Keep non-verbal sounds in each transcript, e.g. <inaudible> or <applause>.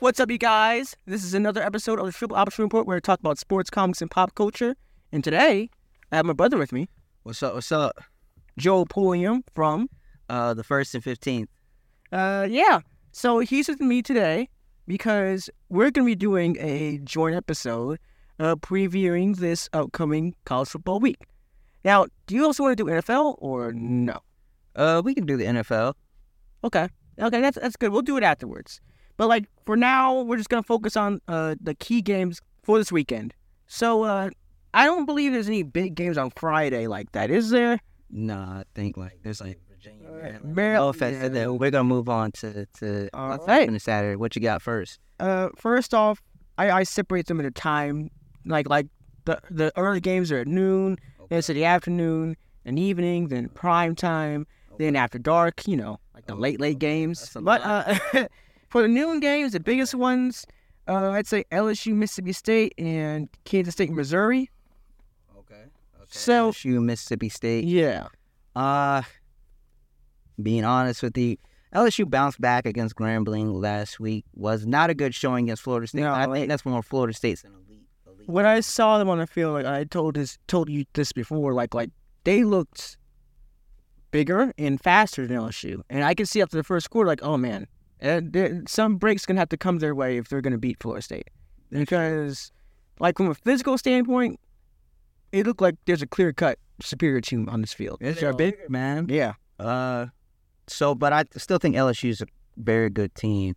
What's up, you guys? This is another episode of the Triple Option Report where I talk about sports, comics, and pop culture. And today, I have my brother with me, What's up? What's up? Joel Pulliam from, Uh, the first and fifteenth. uh, yeah. So he's with me today because we're going to be doing a joint episode uh, previewing this upcoming college football week. Now, do you also want to do NFL or no? Uh, we can do the NFL. Okay. Okay, that's that's good. We'll do it afterwards. But like for now, we're just gonna focus on uh the key games for this weekend. So uh I don't believe there's any big games on Friday like that, is there? Nah, I think like there's like Virginia, Alright, Maryland. Maryland, No offense to yeah. them. We're gonna move on to to Alright. on Saturday. What you got first? Uh first off, I, I separate them into time. Like like the the early games are at noon, then it's in the afternoon, and evening, then prime time, then after dark, you know, like the Okay, late late Oh, okay, games. that's a But uh, <laughs> for the noon games, the biggest ones, uh, I'd say LSU, Mississippi State, and Kansas State, Missouri. Okay. So- LSU, Mississippi State. Yeah, Uh, being honest with you, LSU bounced back against Grambling last week. Was not a good showing against Florida State. No, I like- think that's when Florida State's an elite. elite. when I saw them on the field, like I told this told you this before, like like they looked bigger and faster than LSU, and I could see after the first quarter, like oh man, uh, there- some breaks gonna have to come their way if they're gonna beat Florida State, because like from a physical standpoint, it looked like there's a clear cut superior team on this field. It's They're a big man. Yeah, Uh, so, but I still think LSU's a very good team,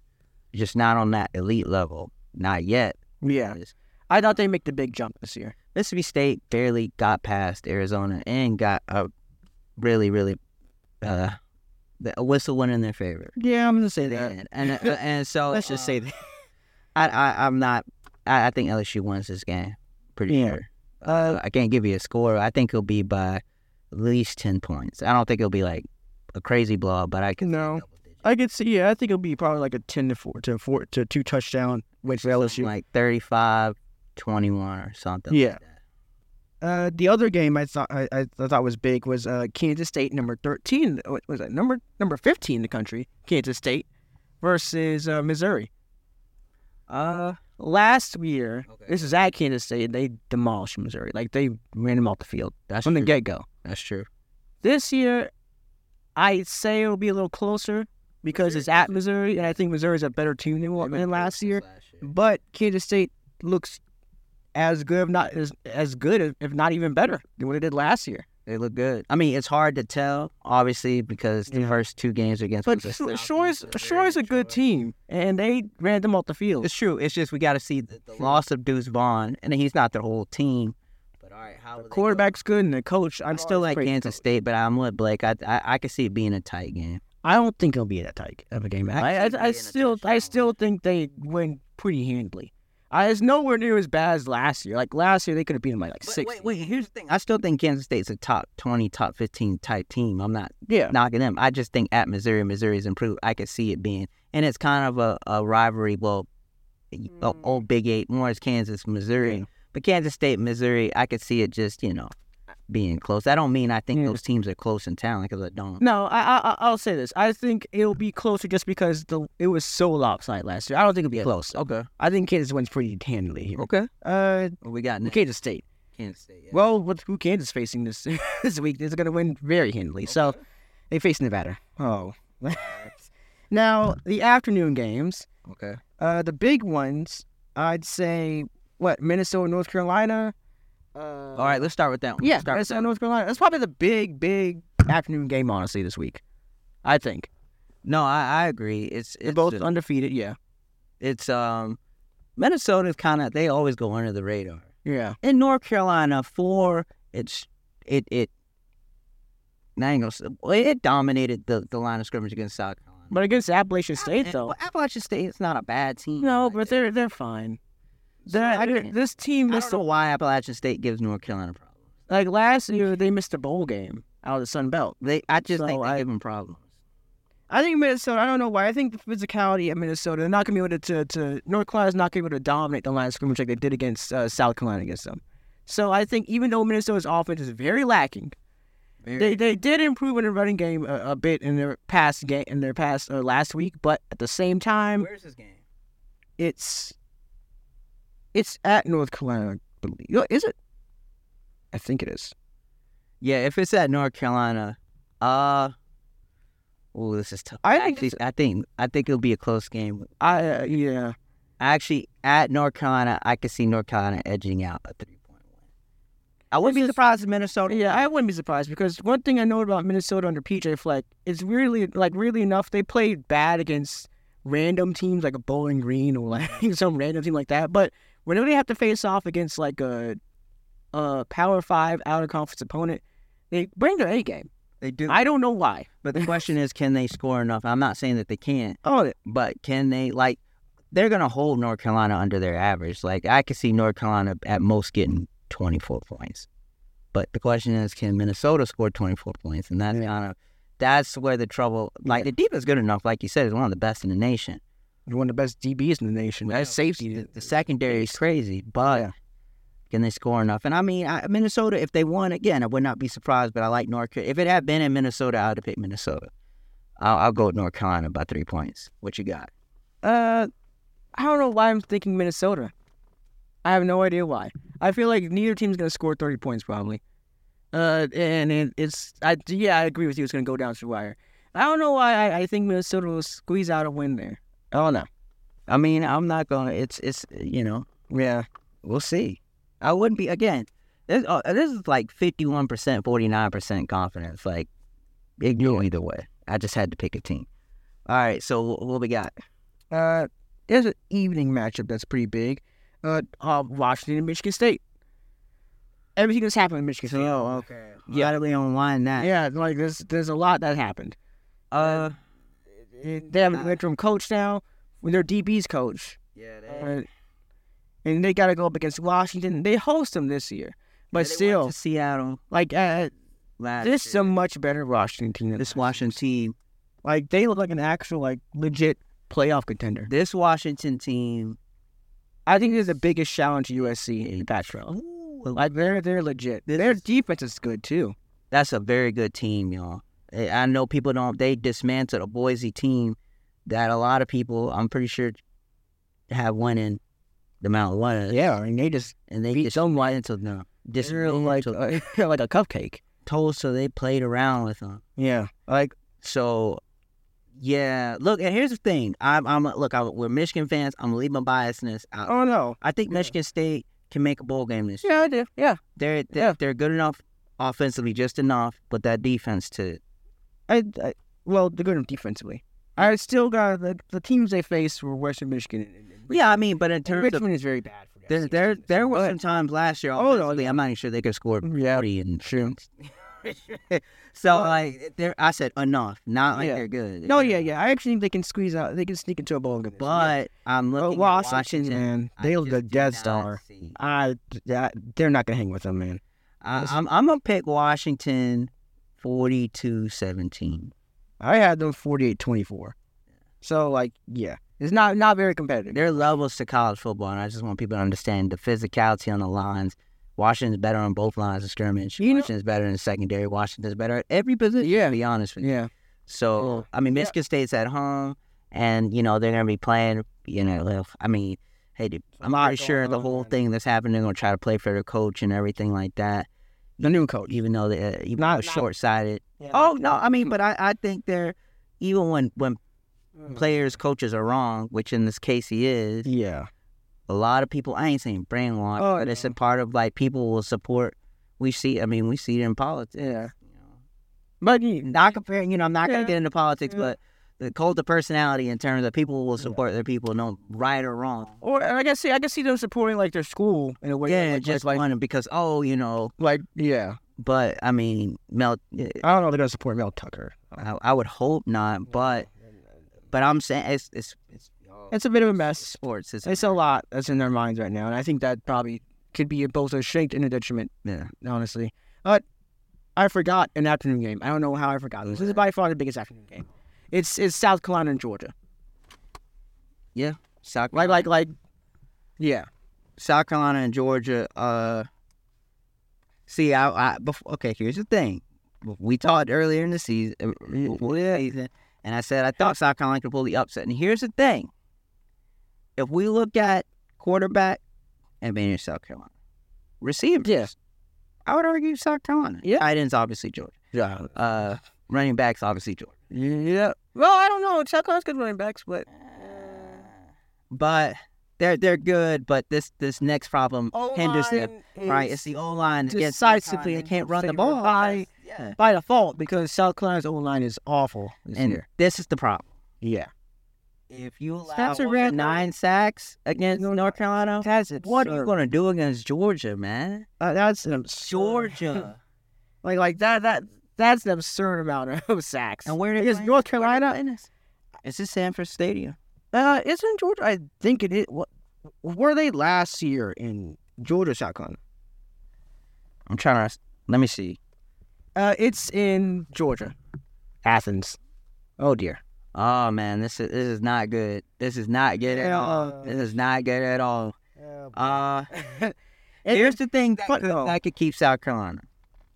just not on that elite level, not yet. yeah. I thought they make the big jump this year. Mississippi State barely got past Arizona and got a really, really uh, a whistle went in their favor. Yeah, I'm gonna say And and, uh, and <laughs> so Let's just uh, say that. I, I I'm not. I, I think LSU wins this game. Pretty Yeah. sure. Uh, I can't give you a score. I think it'll be by at least ten points. I don't think it'll be like a crazy blowout, but I can. see No. double digits. I could see. Yeah, I think it'll be probably like a ten to four to four to two touchdown win for LSU. like 35 21 or something Yeah. like that. Uh, the other game I thought I, I I thought was big was uh, Kansas State, number thirteen. uh, what Was that number number fifteen in the country? Kansas State versus uh, Missouri. Uh, last year, Okay. this is at Kansas State. and They demolished Missouri. Like they ran them off the field that's from the true. get go. that's true This year, I say it'll be a little closer because it's at Missouri, and I think Missouri's a better team than what than last year. But Kansas State looks as good, if not as as good, if not even better than what it did last year. they look good i mean it's hard to tell obviously because the Yeah. first two games against But was Sh- the Shore's Southeast, Shore's a good Missouri. team, and they ran them off the field. it's true it's just we got to see the, the loss of deuce vaughn and he's not their whole team but all right how will they go? Quarterback's good and the coach. i'm I'm still still like like kansas state but i'm with blake i i, I could see it being a tight game I don't think it'll be that tight of a game. I I, Actually, I being a still I touchdown. still think they win pretty handily. I, it's nowhere near as bad as last year. Like last year, they could have beaten by like But six. wait wait here's the thing i still think kansas state's a top 20 top 15 type team i'm not Yeah, knocking them. I just think at Missouri, Missouri's improved. I could see it being, and it's kind of a, a rivalry. Well, y- o- old Big Eight, more is Kansas, Missouri, Mm. Yeah. but Kansas State, Missouri, I could see it just you know being close. I don't mean I think Yeah. those teams are close in talent because I don't. No, I, I I- I'll say this. I think it'll be closer just because the it was so lopsided last year. I don't think it'll be close. Okay, I think Kansas wins pretty handily here. okay. Uh, What we got next? Kansas State. Kansas State. Yeah. Well, with who Kansas facing this <laughs> this week, they're gonna win very handily. So they face Nevada. Oh. <laughs> now the afternoon games. okay. Uh, the big ones. I'd say what Minnesota, North Carolina. Uh, All right, let's start with that one. Yeah, start with Minnesota, that. North Carolina. That's probably the big, big afternoon game, honestly, this week. I think No, I, I agree. It's they're it's both just- undefeated. Yeah. it's um Minnesota's kind of they always go under the radar. Yeah. in North Carolina for its it it. Now I ain't gonna say- well, it dominated the, the line of scrimmage against South Carolina. But against Appalachian State, Appa- though. well, Appalachian State is not a bad team. No, like but that. they're they're fine. So, They're, I like, didn't- this team I missed don't a, know why Appalachian State gives North Carolina problems. like last year. They missed a bowl game out of the Sun Belt. They I just So think they I- give them problems. I think Minnesota. I don't know why. I think the physicality of Minnesota. They're not gonna be able to to, to North Carolina's not gonna be able to dominate the line of scrimmage like they did against uh, South Carolina against them. So I think even though Minnesota's offense is very lacking, they they did improve in the running game a, a bit in their past game in their past uh, last week. But at the same time, Where's this game? It's it's at North Carolina, I believe. Is it? I think it is. Yeah, if it's at North Carolina, uh, oh, this is tough. I think Actually, I think I think it'll be a close game. I uh, yeah. Actually, at North Carolina, I could see North Carolina edging out a three point win. I wouldn't This be is- surprised if Minnesota. Yeah, I wouldn't be surprised because one thing I know about Minnesota under PJ Fleck is really like really enough they played bad against random teams like a Bowling Green or like <laughs> some random team like that. But whenever they have to face off against like a a Power Five out of conference opponent, they bring their A game. they do. I don't know why. <laughs> but the question is, can they score enough? I'm not saying that they can't, Oh, but can they like? They're gonna hold North Carolina under their average. Like I could see North Carolina at most getting 24 points. But the question is, can Minnesota score 24 points? And that's kind of that's where the trouble. Like the defense is good enough, like you said, is one of the best in the nation. one of the best DBs in the nation. That's safety. The, the secondary is crazy, but Yeah. can they score enough? And I mean, I, Minnesota, if they won again, I would not be surprised. But I like North. Carolina. If it had been in Minnesota, I would have picked Minnesota. I'll, I'll go with North Carolina by three points. What you got? Uh, I don't know why I'm thinking Minnesota. I have no idea why. I feel like neither team's gonna score 30 points probably. Uh, and it, it's I yeah I agree with you. It's gonna go down to the wire. I don't know why I, I think Minnesota will squeeze out a win there. I don't know. I mean, I'm not going. to It's it's you know Yeah, we'll see. I wouldn't be again. This, uh, this is like 51 percent, 49 percent confidence. Like it can go either way. I just had to pick a team. All right, so wh- what we got? Uh, there's an evening matchup that's pretty big. Uh, uh Washington and Michigan State. Everything that's happened in Michigan State. okay. Yeah, gotta be online that. Yeah, like there's there's a lot that happened. Uh, They have an interim coach now. When their DB's coach, yeah. Uh, and they got to go up against Washington. They host them this year, but Yeah, they went still, to Seattle like uh, last this is year. a much better Washington team. Than this last Washington team. year. like they look like an actual, like legit playoff contender. This Washington team. I think this is the biggest challenge to USC in the batch round. Ooh, Like they're they're legit. Their defense is good too. that's a very good team, y'all. I I know people don't. They dismantled a Boise team that a lot of people, I'm pretty sure, have won in the Mountain West, Yeah, and they just and they beat just them like dismantled them. they're like Dismantled uh, like <laughs> a cupcake. Tulsa. They played around with them. Yeah, like So, yeah. Look, and here's the thing. I'm, I'm look. I, we're Michigan fans. I'm gonna leave my biasness out. oh no, I think Yeah. Michigan State can make a bowl game this year. yeah I do, yeah. They're they're, Yeah. they're good enough offensively, just enough, but that defense too. I, I well they're good defensively. I still got the, the teams they faced were Western Michigan. And, and Yeah, I mean, but in terms of Richmond is very bad for there, there, there were some times last year. Oh, no, Offensively, I'm not even sure they could <laughs> score yeah, forty and <laughs> true. so Well- like there, I said enough, not like Yeah. they're good. No, yeah, yeah. I actually think they can squeeze out. They can sneak into a bowl game. But I'm But looking at Washington, Washington. man, I they look just the do Death not Star. see- I, I, they're not gonna hang with them, man. I, This- I'm, I'm gonna pick Washington 42-17. I had them 48-24. So like, yeah, it's not not very competitive. There are levels to college football, and I just want people to understand the physicality on the lines. Washington's better on both lines of scrimmage. You know- Washington's better in the secondary. Washington's better at every position. Yeah. to be honest with you. yeah, So I mean, Michigan State's at home, and you know they're gonna be playing. You know, if- I mean, hey, dude, I'm lot pretty sure going the on, whole man. thing that's happening, they're gonna try to play for their coach and everything like that. the new coach. Even though they, uh, even Not- though not- short sighted. Oh no, I mean, but I, I think they're even when when Mm. players coaches are wrong, which in this case he is Yeah, a lot of people I ain't saying brainwashed, Oh, but it's a no. part of like people will support we see I mean we see it in politics. Yeah. You know. but you- Not comparing you know, I'm not Yeah. gonna get into politics, Yeah. but the cult of personality in terms of people will Yeah. support their people, no right or wrong. or I can see I can see them supporting like their school in a way. yeah, like, just like, like because oh, you know, like yeah. but I mean Mel eh, I don't know. if They're gonna support Mel Tucker. I, I would hope not, but but I'm saying it's it's it's, It's a bit of a it's mess. sports. It's, It's a lot that's in their minds right now, and I think that probably could be both a strength and a detriment, yeah. honestly. But I forgot an afternoon game. I don't know how I forgot this. This is by far the biggest afternoon game. It's it's South Carolina and Georgia. South, Like like like, yeah. South Carolina and Georgia. Uh, see, I, I before, okay. Here's the thing: we talked earlier in the season, uh, before the season, and I said I thought South Carolina could pull the upset. And here's the thing: if we look at quarterback, Advantage South Carolina. Receivers, Yeah. I would argue South Carolina. Yeah. tight ends obviously Georgia. Yeah. Uh, running backs obviously Georgia. Yeah. Well, I don't know. Chuck Clark's good running backs, but But they're they're good. But this this next problem, Henderson, right? It's the O line decisively They can't run the favored ball. by- yeah. by default because South Carolina's O line is awful this And year. this is the problem. Yeah. If you allow Stats are more than red. nine sacks against No, North Carolina, That's it. what are you going to do against Georgia, man? Uh, that's an absurd. Georgia. <laughs> Like like that that that's an absurd amount of sacks. and where is Is North Carolina- Is this Sanford Stadium? Uh, isn't Georgia? I think it is. What were they last year in Georgia South Carolina? I'm trying to. Let me see. Uh, it's in Georgia, Athens. Oh dear. Oh man, this is this is not good. This is not good at Yeah, all. uh, This is not good at all. Uh, And here's the thing that, but could, though- that could keep South Carolina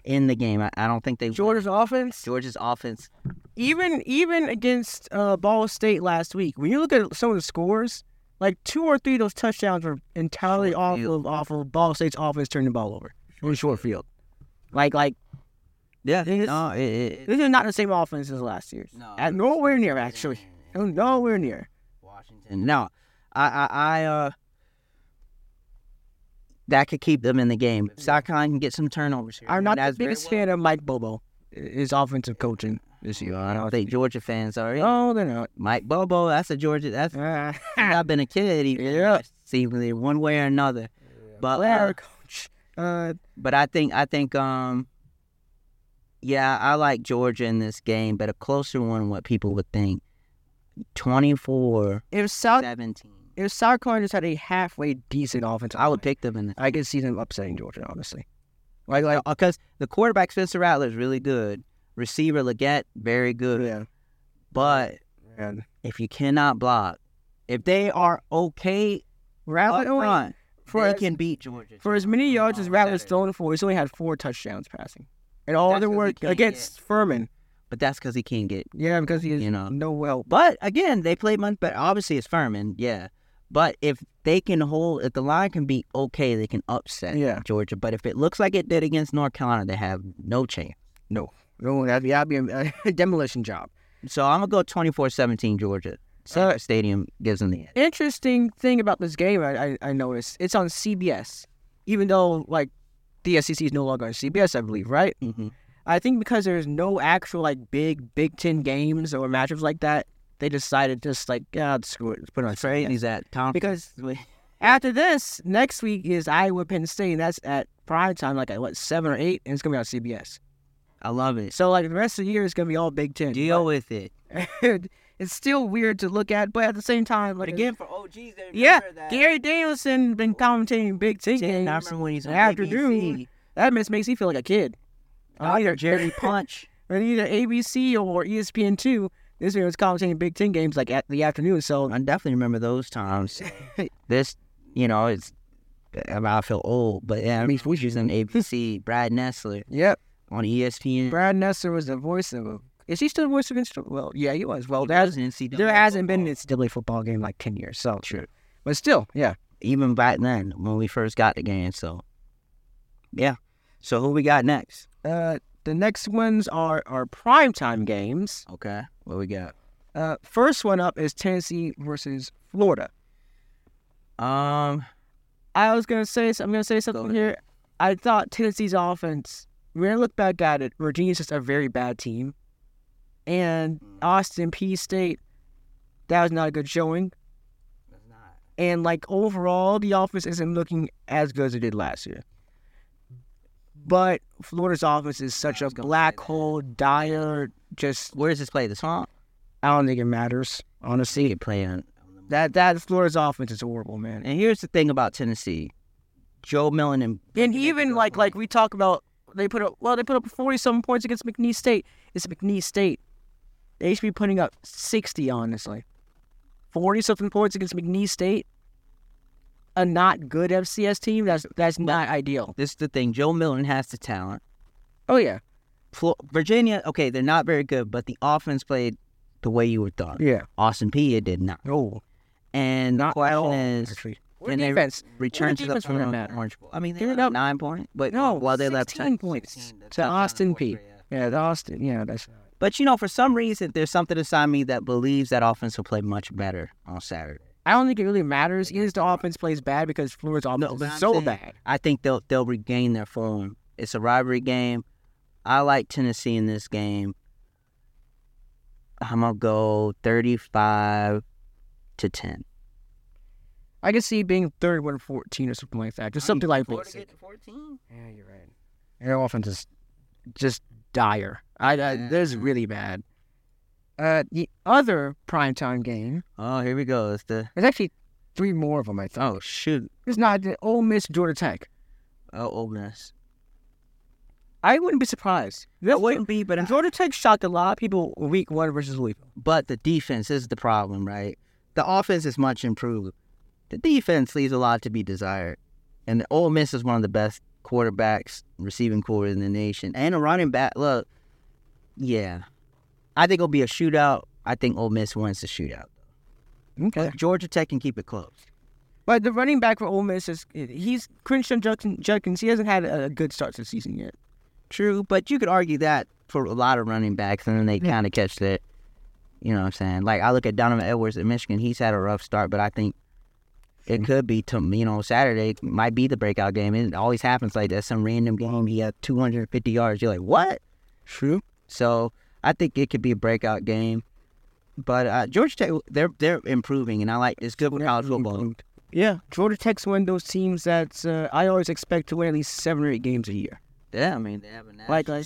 in the game. I, I don't think they. <laughs> win. Georgia's offense, Georgia's offense. even even against uh, Ball State last week, when you look at some of the scores, like two or three of those touchdowns were entirely Short off field. of off of Ball State's offense turning the ball over on short field. Like like Yeah. It is- No. It, it, it- this is not the same offense as last year's. No, At- it's- nowhere near actually. No, Nowhere near. Washington. No, I, I, I, uh, that could keep them in the game. South Carolina can get some turnovers here. I'm not the That's very biggest well- fan of Mike Bobo, his offensive coaching this year. I don't think Georgia fans are. No. No, they're not. Mike Bobo, that's a Georgia. <laughs> That's <laughs> Ah, since I've been a kid. He, Yeah. seemingly one way or another. But uh, Blair, coach. Uh, but I think I think um, yeah, I like Georgia in this game, but a closer one, than what people would think. 24 if South 17. if South Carolina just had a halfway decent offense, I would pick them in the I could see them upsetting Georgia. Honestly, Like, like, because the quarterback Spencer Rattler is really good. Receiver Leggett, very good. yeah, But and if you cannot block, if they are okay up Rattler only, front, for they as, can beat Georgia. for as many yards as on Rattler's Saturday. thrown for, he's only had four touchdowns passing, and all That's other 'cause he work can't against Furman. But that's because he can't get, Yeah, because he is you know. no well. But again, they played much better. Obviously, it's Furman, yeah. But if they can hold, if the line can be okay, they can upset Yeah. Georgia. But if it looks like it did against North Carolina, they have no chance. No, oh, that'd be, that'd be a, <laughs> a demolition job. So I'm going to go 24 17 Georgia. So, Stadium gives them the edge. interesting thing about this game I, I, I noticed it's on CBS, even though like the SEC is no longer on CBS, I believe, right? Mm-hmm. I think because there's no actual like big Big Ten games or matchups like that, they decided just like ah screw it, let's put it on Trey, CBS. he's at conference. Because after this, next week is Iowa Penn State, and that's at prime time, like at what seven or eight, and it's gonna be on CBS. I love it. So like the rest of the year is gonna be all Big Ten. <laughs> Deal with it. But it's still weird to look at, but at the same time, like for OGs, they remember Yeah, Gary Danielson been commentating Big Ten I games. remember when he's on afternoon. ABC. That miss makes me feel like a kid. Oh, you're Jerry <laughs> Punch. And either ABC or E ESPN two. This man was commentating Big Ten games like at the afternoon. So I definitely remember those times. <laughs> this, you know, it's. I mean, I feel old, but yeah, I mean, we using ABC. Brad Nessler yep, on E ESPN. Brad Nesser was the voice of. Is he still the voice of NCAA? Well, yeah, he was. Well, That there's, was NCAA. there hasn't been an football. NCAA football game in like ten years. So true, but still, yeah. even back then when we first got the game. So, yeah. So who we got next? Uh, the next ones are are primetime games. Okay, what we got? Uh, first one up is Tennessee versus Florida. Um, I was gonna say I'm gonna say something ahead. here. I thought Tennessee's offense. When I look back at it, Virginia's just a very bad team, and Mm. Austin P State, that was not a good showing. And like overall, the offense isn't looking as good as it did last year. But Florida's offense is such I a was gonna say black that. hole, dire. Just where does this play? The swamp. I don't think it matters. We Honestly, could play on. that that Florida's offense is horrible, man. And here's the thing about Tennessee, Joe Millen and And Make a even good like like point. we talk about, they put up well, they put up forty some points against McNeese State. It's McNeese State. They should be putting up sixty, honestly. Forty something points against McNeese State. A not good FCS team. That's that's not ideal. this is the thing. Joe Milton has the talent. Oh yeah, Flo- Virginia, okay, they're not very good, but the offense played the way you would thought. yeah. Austin P, it did not. Oh, And Not the at all, question is, actually. and they defense. return to the defense for that final matter. Orange Bowl. I mean, they They're were up- up nine point, but No, while they left 16 points to Austin Peay. Yeah, the Austin. Yeah, that's But you know, for some reason, there's something inside me that believes that offense will play much better on Saturday. I don't think it really matters. Even if the offense plays bad because Florida's offense but is I'm so saying- bad. I think they'll they'll regain their form. It's a rivalry game. I like Tennessee in this game. I'm gonna go 35 to 10. I can see being 31 14 or something like that. Just something like basic. 14. Yeah, you're right. Their offense is just dire. I, I This is really bad. Uh, the other primetime game, Oh, here we go. It's the there's actually three more of them, I think. oh shoot. It's not the Ole Miss Georgia Tech. Oh, Ole Miss. I wouldn't be surprised. That wouldn't be, but Georgia Tech shocked a lot of people week one versus week. but the defense is the problem, right? The offense is much improved. The defense leaves a lot to be desired. And Ole Miss is one of the best quarterbacks, receiving core in the nation, and a running back. Look, yeah, I think it'll be a shootout. I think Ole Miss wins the shootout. Okay. Georgia Tech can keep it close. But the running back for Ole Miss is he's Christian Judkins. Judkins he hasn't had a good start to the season yet. True, but you could argue that for a lot of running backs, and then they kind of catch that. You know what I'm saying? Like I look at Donovan Edwards at Michigan. He's had a rough start, but I think it could be to you know Saturday might be the breakout game. It always happens like that. Some random game he had 250 yards. You're like, what? True. So I think it could be a breakout game. But uh, Georgia Tech, they're they're improving, and I like this good with college football. Yeah, Georgia Tech's one of those teams that uh, I always expect to win at least seven or eight games a year. Yeah, I mean they have a national, Like, like,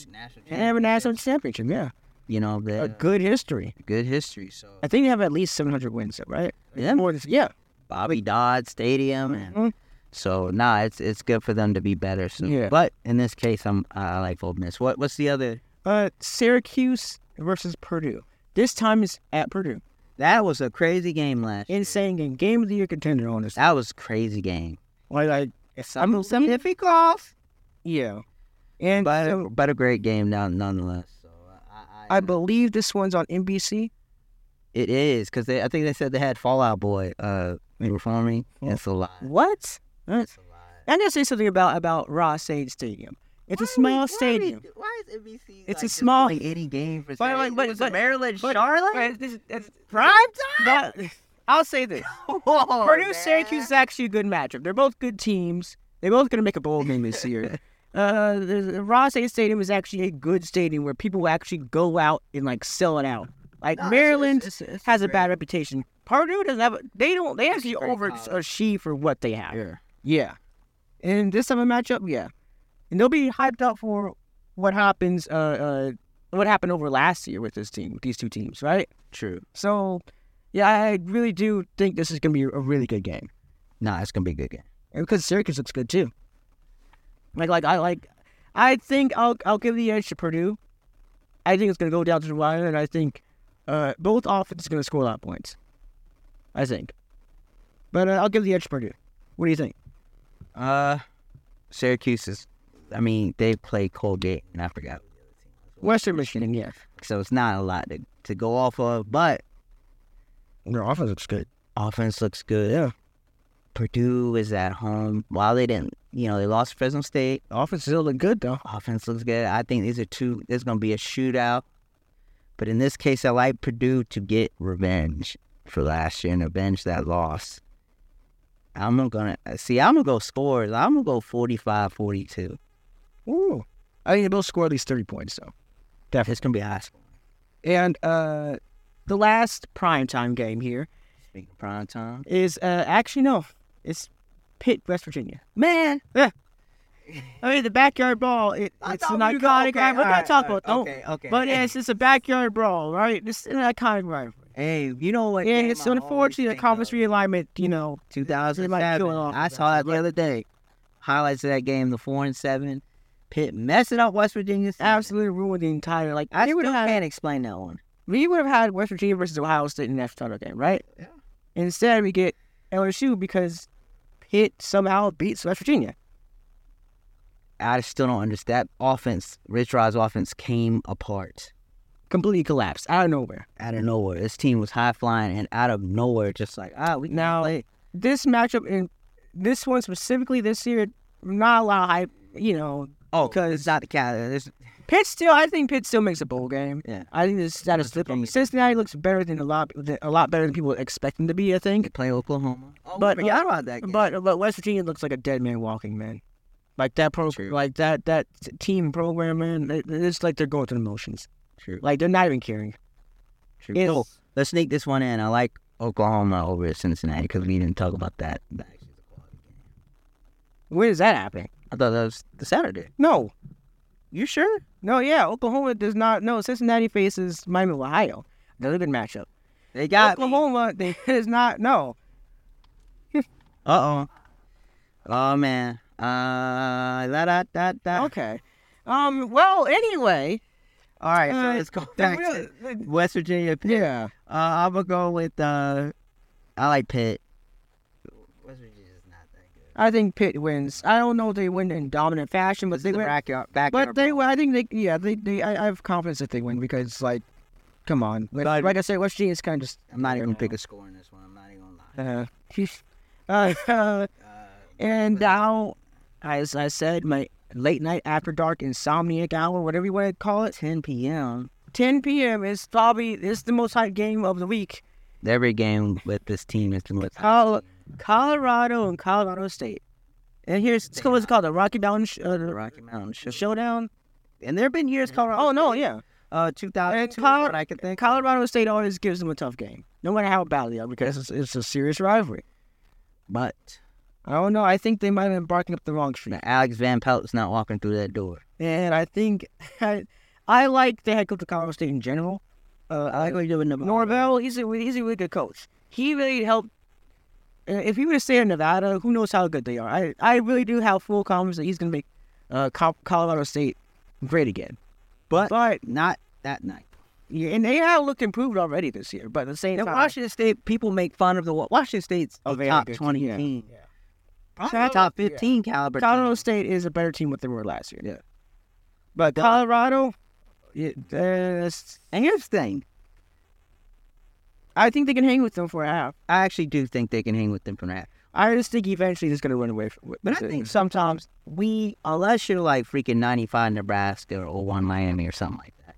And have a national championship. Yeah, You know, they a have good history. good history. So I think they have at least seven hundred wins, right? Yeah. more than yeah. Bobby Dodd Stadium, and Mhm. so nah, it's it's good for them to be better. So, Yeah. but in this case, I'm I I like Ole Miss. What what's the other? Uh, Syracuse versus Purdue. This time is at Purdue. That was a crazy game last. year. Insane game, game of the year contender on this. That was a crazy game. Like, like Some some difficult, yeah, and but so- but a great game none- nonetheless. So I, I, I believe this one's on NBC. it is because I think they said they had Fallout Boy uh performing. Yeah. That's a lot. What? That's- That's a lot. I gotta say something about about Ross Sage Stadium. It's a small stadium. Why is NBC? It's a small- any game for But, Saturday? like, but- Was it but- Maryland but- Charlotte Wait, this is- that's- prime time. that- I'll say this: <laughs> Whoa, Purdue man. Syracuse is actually a good matchup. They're both good teams. They're both gonna make a bowl game this <laughs> year. Uh, the- the Ross Sage Stadium is actually a good stadium where people actually go out and like sell it out. Like No, it's- Maryland it's- it's- it's has a great. bad reputation. Purdue doesn't have. A, they don't. They actually great college. overachieve for what they have. Yeah. Yeah. And this summer matchup, yeah. And they'll be hyped up for what happens uh, uh what happened over last year with this team, with these two teams, right? True. So yeah, I really do think this is gonna be a really good game. Nah, it's gonna be a good game. And because Syracuse looks good too. Like like I like I think I'll I'll give the edge to Purdue. I think it's gonna go down to the wire and I think uh both offenses are gonna score a lot of points. I think. But uh, I'll give the edge to Purdue. What do you think? Uh, Syracuse is. I mean, they play Colgate, and I forgot. Western Michigan, yeah. So it's not a lot to, to go off of, but Their offense looks good. offense looks good. Yeah. Purdue is at home. While they didn't, you know, they lost to Fresno State. Offense still look good though. Offense looks good. I think these are two. There's gonna be a shootout, but in this case, I like Purdue to get revenge for last year and avenge that loss. I'm not gonna see. I'm gonna go scores. I'm gonna go 45-42. Ooh. I think they both score at least thirty points though. It's gonna be a high score. And uh the last primetime game here Speaking of prime time, is uh actually no. It's Pitt, West Virginia. man, I mean the backyard brawl, it, it's an iconic rivalry. We're not talking about don't Okay, okay. but it's it's a backyard brawl, right? It's an iconic rivalry. hey, you know what? Yeah, it's unfortunate that conference realignment, you know, They might 2007. kill it off. I saw that the other day. Highlights of that game, the four and seven. Pitt messing up West Virginia. season. absolutely ruined the entire like I they still would've had- can't explain that one. we would have had West Virginia versus Ohio State in that title game, right? Yeah. Instead, we get LSU because Pitt somehow beats West Virginia. I still don't understand. That offense, Rich Rod's offense, came apart. completely collapsed out of nowhere. out of nowhere. This team was high flying and out of nowhere, just like ah, we can Now- play. This matchup in this one specifically this year, not a lot of hype. You know, Oh, because it's not the cat. It's, Pitt still. I think Pitt still makes a bowl game. Yeah. I think this is out of slip. game. Cincinnati looks better than a lot, than, a lot better than people expect them to be. I they think, play Oklahoma. Oh, But, but yeah, about that. Game. but but West Virginia looks like a dead man walking, man. Like that pro, True. like that that t- team program, man. they- they- It's like they're going through the motions. true, Like they're not even caring. true. It's- Cool. Let's sneak this one in. I like Oklahoma over at Cincinnati because we didn't talk about that. When is that happening? I thought that was the Saturday. No, You sure? no, yeah. Oklahoma does not. No, Cincinnati faces Miami, of Ohio. Another good matchup. They got Oklahoma they, <laughs> is not. No, Uh oh. Oh man. Uh, da, da, da, da. okay. Um. Well, anyway, All right, so Uh, let's go the back real- to West Virginia. Pitt. yeah. Uh, I'm gonna go with uh, I like Pitt. West Virginia's not that good. I think Pitt wins. I don't know if they win in dominant fashion, but This they is the win. backyard, backyard But they, brawl. win. I think they, yeah, they, they. I, I have confidence that they win because, like, come on, like, But- like I said, West Virginia's kind of just. I'm not even gonna pick a score in this one. I'm not even gonna lie. Uh, <laughs> uh, <laughs> Uh, and now, as I said, my late night after dark insomniac hour, whatever you want to call it, 10 p.m. 10 p.m. is probably is the most hyped game of the week. Every game with this team is the most. Col- Colorado and Colorado State. And here's it's called, it's called the Rocky Mountain Sh- uh, the the Rocky Mountain show. Showdown. And there have been years Colorado. Oh no, yeah. uh, 2002. And Colo- what I can think. Colorado State always gives them a tough game, no matter how bad they are, because it's, it's a serious rivalry. But I don't know. I think they might have been barking up the wrong tree, now, Alex Van Pelt's not walking through that door. and I think <laughs> I, I like the head coach of Colorado State in general. Uh, I like what he's doing. in Nevada. Norvell, he's a he's a really good coach. He really helped. uh, If he were to stay in Nevada, who knows how good they are? I, I really do have full confidence that he's going to make uh, Col- Colorado State great again. But, But not that night. yeah, and they have looked improved already this year. But at the same And time, Washington State, people make fun of the Wa- Washington State's Oh, a they are top good team, 20 yeah. team. Yeah. Probably top 15 caliber. Colorado team. State is a better team than they were last year. Yeah. But Duh. Colorado, it, that's- And here's the thing. I think they can hang with them for a half. I actually do think they can hang with them from that. I just think eventually they're going to run away from it. But I with it. think sometimes, we unless you're like freaking 95 Nebraska or 01 Miami or something like that,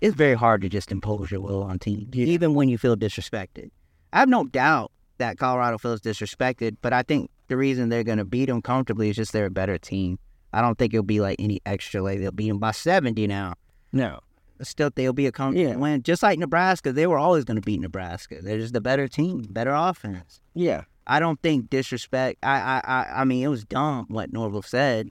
it's very hard to just impose your will on teams, even when you feel disrespected. I have no doubt that Colorado feels disrespected, but I think the reason they're going to beat them comfortably is just they're a better team. I don't think it'll be like any extra like they'll beat them by 70 now. no. Still, they'll be a comfortable Yeah. win. Just like Nebraska, they were always going to beat Nebraska. They're just the better team, better offense. Yeah. I don't think disrespect. I, I, I, I mean, it was dumb what Norville said.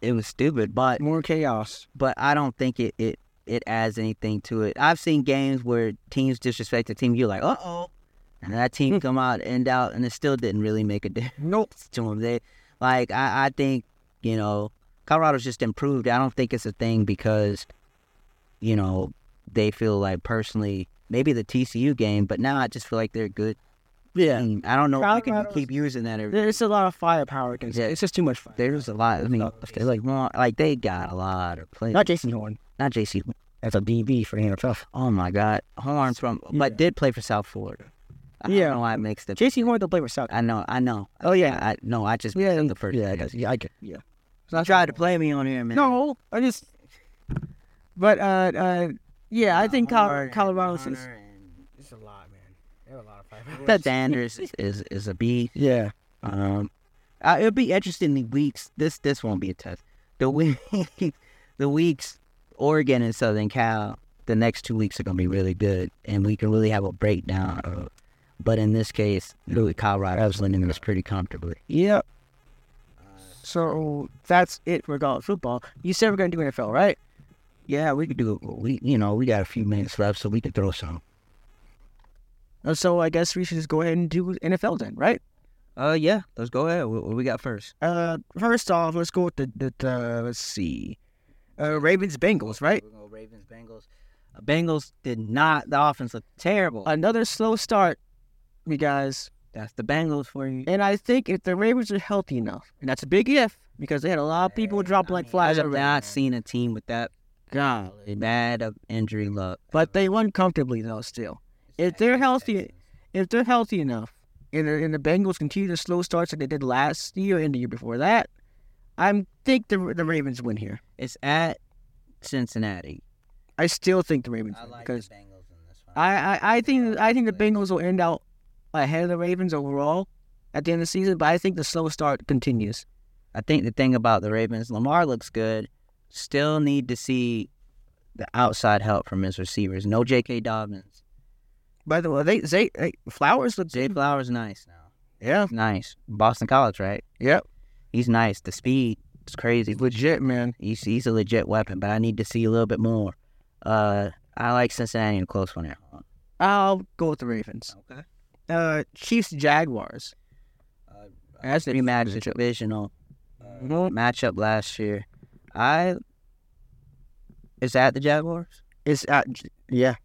It was stupid, but More chaos. but I don't think it it it adds anything to it. I've seen games where teams disrespect a team. You're like, uh oh, and that team come out end out, and it still didn't really make a difference Nope. to them. They like I, I think you know Colorado's just improved. I don't think it's a thing because you know they feel like personally maybe the TCU game, but now I just feel like they're a good Yeah. Mm, I don't know if you can Colorado's- keep using that every There's a lot of firepower against Yeah. it. It's just too much fire. There's a lot. I mean, they like well, like they got a lot of players. Not Jason Horn. Not JC. That's a DB for the NFL. Oh my God, Horn's from, but Yeah. did play for South Florida. I Yeah. don't know why it makes the. Jason Horn, they'll play with South. I know, I know. Oh, yeah. I no, I just Yeah, the first. Yeah, I guess. Yeah, I get. Yeah. I tried to play me on here, man. No, I just. But uh, uh yeah, I think Col- Horn Colorado's and is. Hunter and- It's a lot, man. They have a lot of firepower. That Sanders is, is is a B. Yeah. Um, I, it'll be interesting the weeks. This this won't be a test. The week, <laughs> the weeks, Oregon and Southern Cal. The next two weeks are gonna be really good, and we can really have a breakdown. Of, but in this case, really Colorado was winning this pretty comfortably. Yep. So that's it for college football. You said we're gonna do NFL, right? Yeah, we could do. We you know we got a few minutes left, so we could throw some. Uh, So I guess we should just go ahead and do NFL then, right? Uh, yeah, let's go ahead. What, what we got first? Uh, first off, let's go with the, the, the let's see, uh, Ravens Bengals, right? We're going Ravens Bengals. Uh, Bengals did not. The offense looked terrible. Another slow start, you guys. That's the Bengals for you. And I think if the Ravens are healthy enough, and that's a big if because they had a lot of people drop like flies. I've up there. not seen a team with that God. Bad of injury luck. But they won comfortably though. Still, if they're healthy, if they're healthy enough, and the, and the Bengals continue the slow starts like they did last year and the year before that, I think the the Ravens win here. It's at Cincinnati. I still think the Ravens win because Bengals in this one. I, I, I think I think the Bengals will end out ahead of the Ravens overall at the end of the season. But I think the slow start continues. I think the thing about the Ravens, Lamar looks good. Still need to see the outside help from his receivers. No J.K. Dobbins. By the way, they they, they Flowers looks Jay Flowers nice now. yeah Nice. Boston College, right? Yep. He's nice. The speed is crazy. legit man. He's, he's a legit weapon, but I need to see a little bit more. Uh, I like Cincinnati in a close one at home. I'll go with the Ravens. Okay. Uh, Chiefs Jaguars. Uh, That's the Rematch matchup. divisional Uh, Mhm. matchup last year. I is that the Jaguars? It's uh, yeah.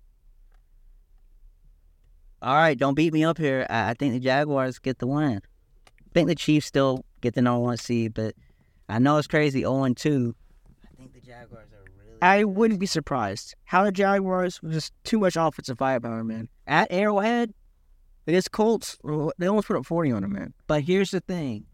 All right, don't beat me up here. I, I think the Jaguars get the win. I think the Chiefs still get the number one seed, but I know it's crazy 0 and 2. I think the Jaguars are really I wouldn't be surprised. How the Jaguars was just too much offensive firepower, man. at Arrowhead. Against Colts, oh, they almost put up forty on them, man. But here's the thing: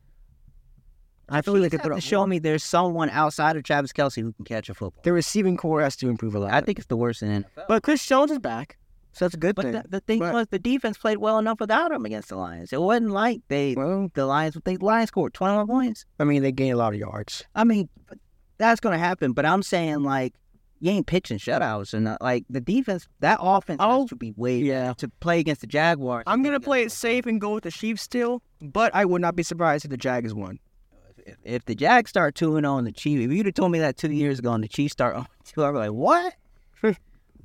I feel Chiefs like they have put to up. show me there's someone outside of Travis Kelsey who can catch a football. The receiving core has to improve a lot. I think it's the worst in NFL. But Chris Jones is back, so that's a good But thing. the, the thing But- was, the defense played well enough without him against the Lions. It wasn't like they well, the Lions. They Lions scored 21 points. I mean, they gained a lot of yards. I mean, but that's gonna happen. But I'm saying like you ain't pitching shutouts and uh, like the defense. That offense Oh, has to be way yeah. to play against the Jaguars. I'm gonna play it safe and go with the Chiefs still, but I would not be surprised if the Jags won. If, if the Jags start two and zero and the Chiefs, if you'd have told me that two years ago and the Chiefs start <laughs> 0 two, I'd be like, <laughs> what?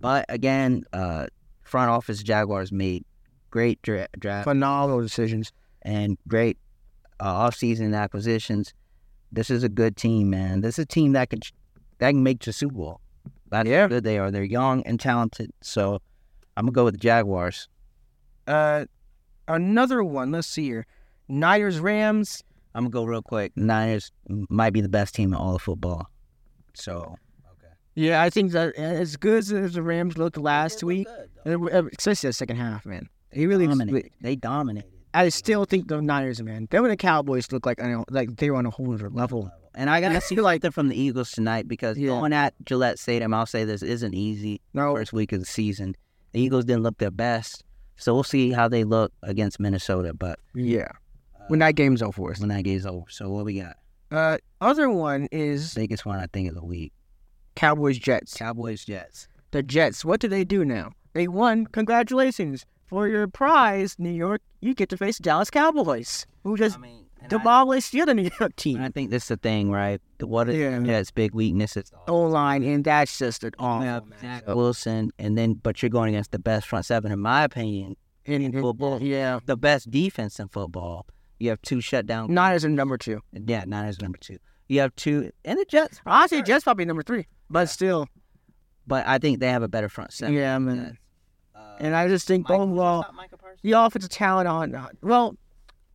but again, uh, front office Jaguars made great dra- draft Phenomenal decisions. and great uh, offseason acquisitions. This is a good team, man. This is a team that can that can make the Super Bowl. That's how good they are. They're young and talented. So I'm gonna go with the Jaguars. Uh, another one. Let's see here. Niners Rams. I'm gonna go real quick. Niners might be the best team in all of football. So Yeah, I think that as good as the Rams looked last week, uh, especially the second half, man. They really dominated. They dominated. I still think the Niners, man. Them and the Cowboys look like I know, like they were on a whole other level. And <laughs> I gotta see something from the Eagles tonight because Yeah. going at Gillette Stadium, I'll say this isn't easy. No, first week of the season. The Eagles didn't look their best, so we'll see how they look against Minnesota. But yeah. When that game's over for us. when that game's over, so what we got? Uh, other one is Biggest one I think of the week: Cowboys Jets. Cowboys Jets. The Jets. What do they do now? They won. Congratulations for your prize, New York. You get to face Dallas Cowboys, who just mean, demolished the other New York I, <laughs> team. think this is the thing, right? The- What is Yeah. Oh, Jets' big weakness is O line, and that's just an awful Yeah, matchup. Wilson, and then but you're going against the best front seven, in my opinion, And- Football. Yeah, the best defense in football. You have two shutdown. Niners are number two. Yeah, Niners number two. You have two, and the Jets. Honestly, Jets probably number three, but still, But I think they have a better front seven. yeah, man. Uh, And I just think overall, Michael Parsons. the offensive talent on uh, well,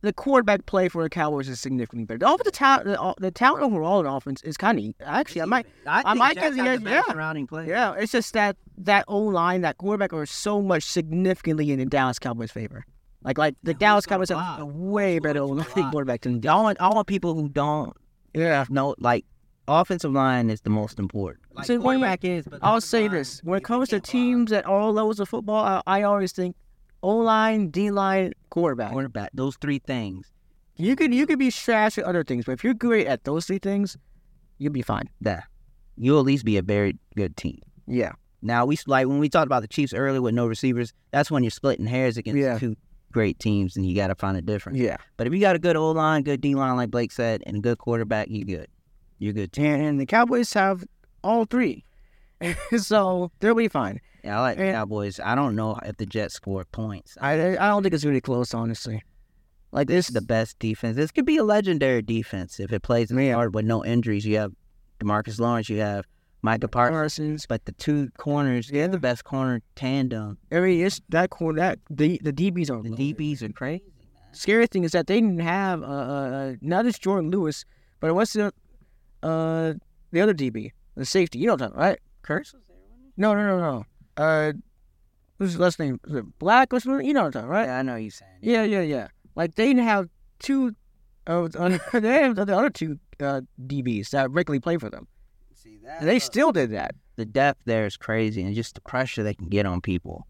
the quarterback play for the Cowboys is significantly better. The offensive talent, the, uh, the talent overall in offense is kind of actually. I might, I, I think might give Jets the got edge- best yeah. surrounding play. yeah. It's just that that O line, that quarterback, are so much significantly in the Dallas Cowboys' favor. Like, like the who's Dallas gonna Cowboys have block? a way Who's better O going to line block? quarterback than I want I want people who don't yeah. know like offensive line is the most important. Like, So wait a minute. is, but I'll offensive say line, this: when it if they comes to can't block, teams at all levels of football, I, I always think O line, D line, quarterback. quarterback, those three things. You could you could be trash at other things, but if you're great at those three things, you'll be fine. That you'll at least be a very good team. Yeah, Now we like when we talked about the Chiefs earlier with no receivers. That's when you're splitting hairs against Yeah. two great teams, and you got to find a difference. yeah. But if you got a good O line, good D line, like Blake said, and a good quarterback, you good. You're good. Team. And, and the Cowboys have all three, <laughs> so they'll be fine. Yeah, I like the And- Cowboys. I don't know if the Jets score points. I I I don't think it's really close, honestly. Like this, the best defense. This could be a legendary defense if it plays Man. hard with no injuries. You have Demarcus Lawrence, you have Micah Parsons, Parsons. but the two corners, yeah, the best corner tandem. I mean, it's that corner. That the the DBs are The loaded. DBs are crazy, man. scary thing is that they didn't have uh, uh uh, not just Jordan Lewis, but what's the uh the other DB, the safety. You know what I'm talking about, right? Curse was there, wasn't he? No, no, no, no. Uh, who's his last name? Is it Black or something? You know what I'm talking about, right? Yeah, I know you saying. Yeah, yeah, yeah. Like they didn't have two. Uh, they have the other <laughs> two uh, DBs that regularly play for them. See that? And they still did that. the depth there is crazy, and just the pressure they can get on people.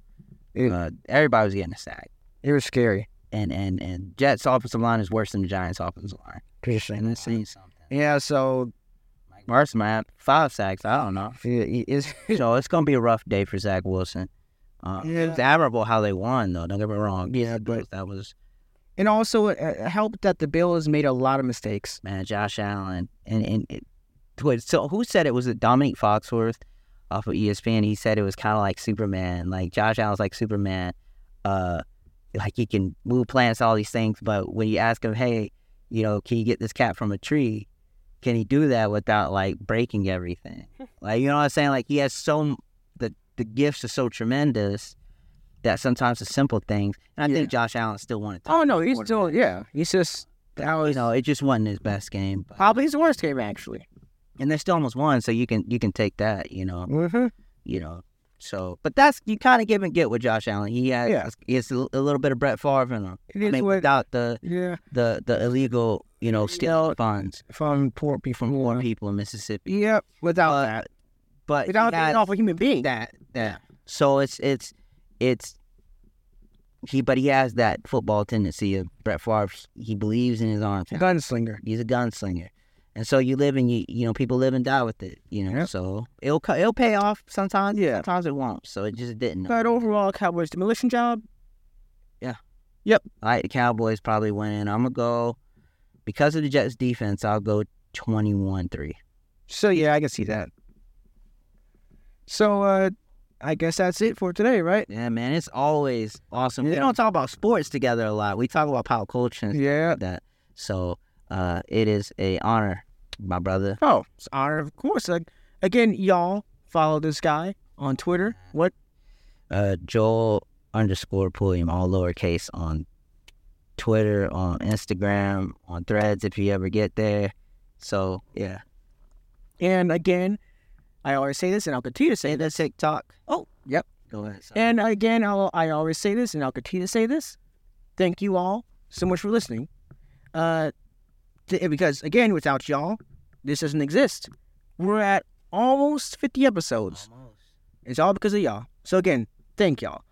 It- Uh, everybody was getting a sack, It was scary. and and and Jets offensive line is worse than the Giants offensive line. Interesting. And that's saying something. Yeah. So Mike Marson might have five sacks. I don't know. it is. So it's <laughs> gonna be a rough day for Zach Wilson. Uh, Yeah. It's admirable how they won, though. Don't get me wrong. Yeah, but that was and also it uh, helped that the Bills made a lot of mistakes. man, Josh Allen, and and it, wait, so who said it was it Dominic Foxworth off of E ESPN? He said it was kind of like Superman, like Josh Allen's like Superman, uh, like he can move plants, all these things, but when you ask him, hey, you know, can you get this cat from a tree? Can he do that without like breaking <laughs> everything? like you know what I'm saying? Like he has so m- the the gifts are so tremendous. That sometimes the simple things, and I Yeah. think Josh Allen still wanted. Oh no, he's still yeah. He's just that You was know, it just wasn't his best game. but- probably his worst game actually. and they still almost won, so you can you can take that, you know, Mm-hmm. you know. So, but that's you kind of give and get with Josh Allen. He has Yeah. he has a, l- a little bit of Brett Favre in him. It I is mean, what- without the Yeah. the the illegal, you know, stealing funds From poor people. from poor people in Mississippi. Yep. Without But- that. But he Without being had an awful human being. that, yeah. So it's it's it's he, but he has that football tendency of Brett Favre. He believes in his arm. talent. Gunslinger. He's a gunslinger, and so you live and you you know people live and die with it. You know, Yep. so it'll co- it'll pay off sometimes. Yeah. sometimes it won't. So it just didn't. But overall, Cowboys demolition job. I like the Cowboys probably winning. I'm gonna go because of the Jets defense. I'll go 21-3. So yeah, I can see that. So uh I guess that's it for today, right? Yeah, man, it's always awesome. We Yeah. don't talk about sports together a lot. We talk about pop culture and stuff Yeah. like that. So uh, it is a honor, my brother. Oh, it's honor, of course. Like, again, y'all follow this guy on Twitter. What? uh, Joel underscore Pulliam, all lowercase, on Twitter, on Instagram, on Threads, if you ever get there. So yeah, And again, I always say this, and I'll continue to say say this. the TikTok. Oh, yep. Go ahead. sorry. And again, I'll, I always say this, and I'll continue to say this. Thank you all so much for listening. Uh, th- because again, without y'all, this doesn't exist. We're at almost 50 episodes. It's all because of y'all. So again, thank y'all.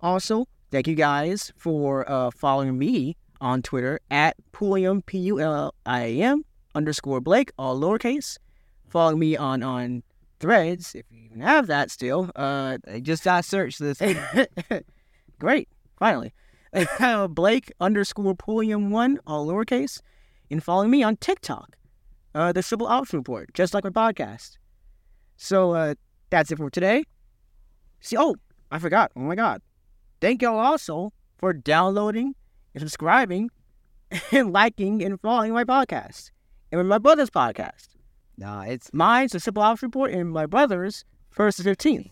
Also, thank you guys for uh, following me on Twitter at Pulliam P U L I A M underscore Blake, all lowercase. Follow me on on Threads if you even have that still. Uh, They just got searched this. <laughs> Great, finally. <laughs> Blake underscore Pulliam one, all lowercase, and following me on TikTok, uh, the Triple Option Report, just like my podcast. So uh, that's it for today. See, oh, I forgot. Oh my God! Thank y'all also for downloading and subscribing <laughs> and liking and following my podcast and my brother's podcast. nah, it's Mine's the Triple Option Report, and my brother's First to Fifteenth.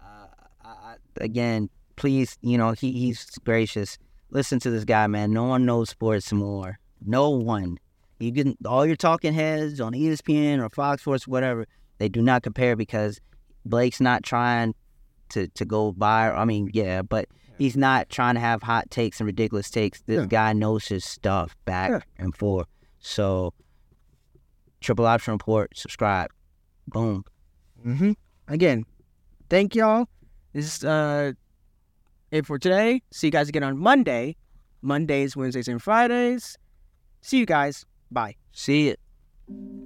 uh, I, I, again. Please, you know he, he's gracious. Listen to this guy, man. No one knows sports more. No one. You can all your talking heads on E ESPN or Fox Sports, whatever. They do not compare because Blake's not trying to to go by. I mean, yeah, but he's not trying to have hot takes and ridiculous takes. This Yeah. guy knows his stuff back Yeah. and forth. So, triple option report. Subscribe. Boom. Mm-hmm. Again, thank y'all. This is uh, it for today. See you guys again on Monday. Mondays, Wednesdays, and Fridays. See you guys. Bye. See it.